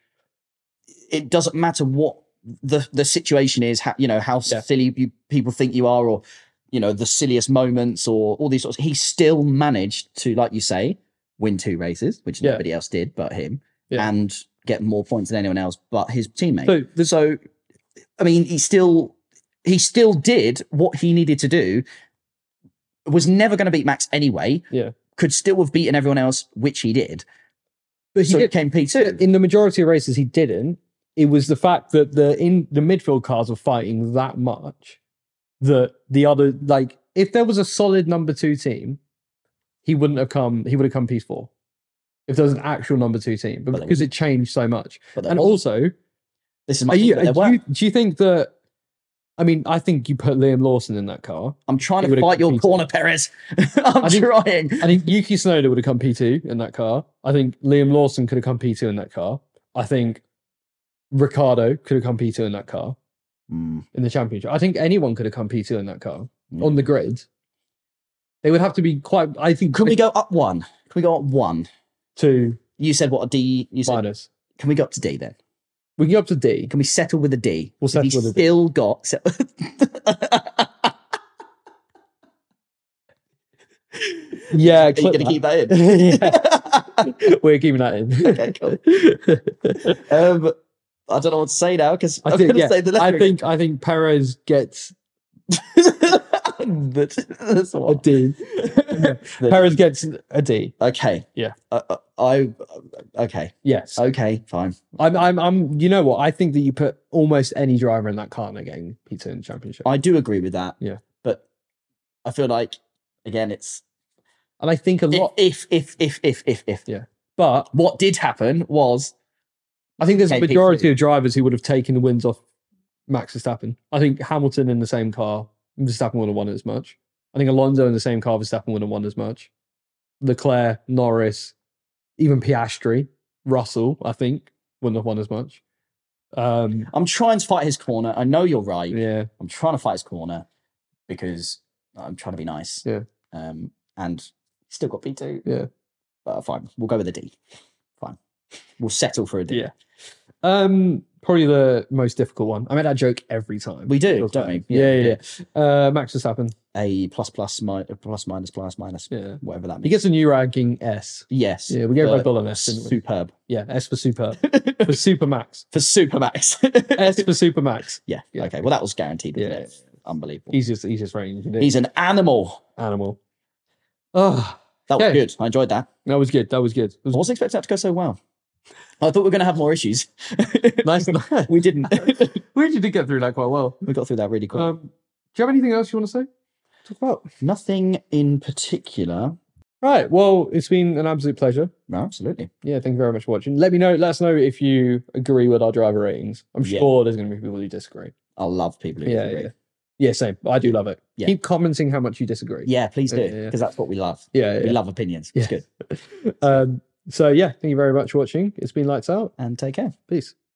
Speaker 2: it doesn't matter what the the situation is how you know how
Speaker 1: Yeah.
Speaker 2: silly you, people think you are or you know the silliest moments or all these sorts he still managed to like you say win two races which
Speaker 1: Yeah.
Speaker 2: nobody else did but him
Speaker 1: Yeah.
Speaker 2: and get more points than anyone else but his teammate
Speaker 1: So the
Speaker 2: so i mean he still he still did what he needed to do was never going to beat max anyway
Speaker 1: Yeah.
Speaker 2: could still have beaten everyone else which he did
Speaker 1: but
Speaker 2: so it came p2
Speaker 1: in the majority of races he didn't it was the fact that the in the midfield cars were fighting that much that the other like if there was a solid number two team he wouldn't have come he would have come p4 if there was an actual number two team but
Speaker 2: But there
Speaker 1: because it changed so much
Speaker 2: but there
Speaker 1: and
Speaker 2: wasn't.
Speaker 1: also
Speaker 2: this is
Speaker 1: are
Speaker 2: my
Speaker 1: you,
Speaker 2: there
Speaker 1: are
Speaker 2: weren't.
Speaker 1: you do you think that i mean i think you put liam lawson in that car
Speaker 2: i'm trying
Speaker 1: He
Speaker 2: to
Speaker 1: would've
Speaker 2: fight your
Speaker 1: competed.
Speaker 2: corner perez i'm
Speaker 1: I think-
Speaker 2: trying
Speaker 1: I think Yuki Tsunoda would have come P2 in that car. I think Liam Lawson could have come P2 in that car. I think Ricardo could have competed in that car
Speaker 2: Mm,
Speaker 1: in the championship. I think anyone could have competed in that car
Speaker 2: yeah.
Speaker 1: on the grid. They would have to be quite. I think
Speaker 2: Could we go up one? Can we go up one?
Speaker 1: to
Speaker 2: You said what a D? You said
Speaker 1: minus.
Speaker 2: can we go up to D then?
Speaker 1: We can go up to D.
Speaker 2: Can we settle with a D?
Speaker 1: We'll
Speaker 2: Have
Speaker 1: settle
Speaker 2: you
Speaker 1: with a D.
Speaker 2: still got. se-
Speaker 1: Yeah,
Speaker 2: Are you
Speaker 1: clip
Speaker 2: going to keep that in?
Speaker 1: that. Yeah, we're keeping that in.
Speaker 2: okay, cool. Um, I don't know what to say now because
Speaker 1: I
Speaker 2: I'm
Speaker 1: think-
Speaker 2: going to
Speaker 1: yeah,
Speaker 2: say the
Speaker 1: I
Speaker 2: letter.
Speaker 1: think I think Perez gets
Speaker 2: again. But that's
Speaker 1: a
Speaker 2: what.
Speaker 1: D. Perez gets a D.
Speaker 2: Okay.
Speaker 1: Yeah.
Speaker 2: I, I, I- okay.
Speaker 1: Yes,
Speaker 2: Okay. Fine.
Speaker 1: I'm. I'm. I'm. You know what? I think that you put almost any driver in that car and they're getting pizza in the championship.
Speaker 2: I do agree with that.
Speaker 1: Yeah.
Speaker 2: But I feel like again, it's
Speaker 1: And I think a lot.
Speaker 2: if if if if if if.
Speaker 1: Yeah. But
Speaker 2: What did happen was
Speaker 1: I think there's a
Speaker 2: Okay, P3.
Speaker 1: majority of drivers who would have taken the wins off Max Verstappen. I think Hamilton in the same car, Verstappen wouldn't have won as much. I think Alonso in the same car, Verstappen wouldn't have won as much. Leclerc, Norris, even Piastri, Russell, I think, wouldn't have won as much. Um,
Speaker 2: I'm trying to fight his corner. I know you're right.
Speaker 1: yeah,
Speaker 2: I'm trying to fight his corner because I'm trying to be nice.
Speaker 1: Yeah.
Speaker 2: Um, and still got B two.
Speaker 1: Yeah.
Speaker 2: But fine, we'll go with a D. Fine, we'll settle for a D.
Speaker 1: Yeah. um, probably the most difficult one. I make that joke every time.
Speaker 2: We do,
Speaker 1: Feels
Speaker 2: don't
Speaker 1: like-
Speaker 2: we?
Speaker 1: Yeah, yeah, yeah. Uh, Max Verstappen.
Speaker 2: A plus plus mi- plus minus plus minus
Speaker 1: Yeah,
Speaker 2: whatever that
Speaker 1: he
Speaker 2: means.
Speaker 1: gets a new ranking S.
Speaker 2: yes.
Speaker 1: Yeah, we gave
Speaker 2: but
Speaker 1: Red Bull an S. Didn't we?
Speaker 2: Superb
Speaker 1: Yeah, S for super for super Max.
Speaker 2: for Supermax.
Speaker 1: S for super Max.
Speaker 2: yeah.
Speaker 1: Yeah.
Speaker 2: Okay. Well, that was guaranteed. Wasn't
Speaker 1: Yeah.
Speaker 2: it? Unbelievable.
Speaker 1: easiest easiest rating you can do.
Speaker 2: He's an animal.
Speaker 1: Animal. Oh,
Speaker 2: That
Speaker 1: Okay.
Speaker 2: was good. I enjoyed that.
Speaker 1: that was good. That was good. It
Speaker 2: I
Speaker 1: was
Speaker 2: wasn't expecting that to go so well. I thought we were going to have more issues.
Speaker 1: nice.
Speaker 2: we didn't.
Speaker 1: we actually did get through that quite well.
Speaker 2: we got through that really quick.
Speaker 1: Um, do you have anything else you want to say? Talk about.
Speaker 2: Nothing in particular.
Speaker 1: Right. Well, it's been an absolute pleasure.
Speaker 2: No, absolutely.
Speaker 1: Yeah, thank you very much for watching. Let me know. Let us know if you agree with our driver ratings. I'm
Speaker 2: Yeah.
Speaker 1: sure there's going to be people who disagree.
Speaker 2: I love people who
Speaker 1: Yeah,
Speaker 2: disagree.
Speaker 1: yeah, yeah. Same. I do love it.
Speaker 2: Yeah.
Speaker 1: Keep commenting how much you disagree.
Speaker 2: Yeah, please do
Speaker 1: Yeah,
Speaker 2: because
Speaker 1: yeah, yeah.
Speaker 2: that's what we love.
Speaker 1: yeah.
Speaker 2: We
Speaker 1: yeah.
Speaker 2: love opinions. It's
Speaker 1: Yeah.
Speaker 2: good.
Speaker 1: Um, so yeah, thank you very much for watching. It's been lights out.
Speaker 2: And take care.
Speaker 1: Peace.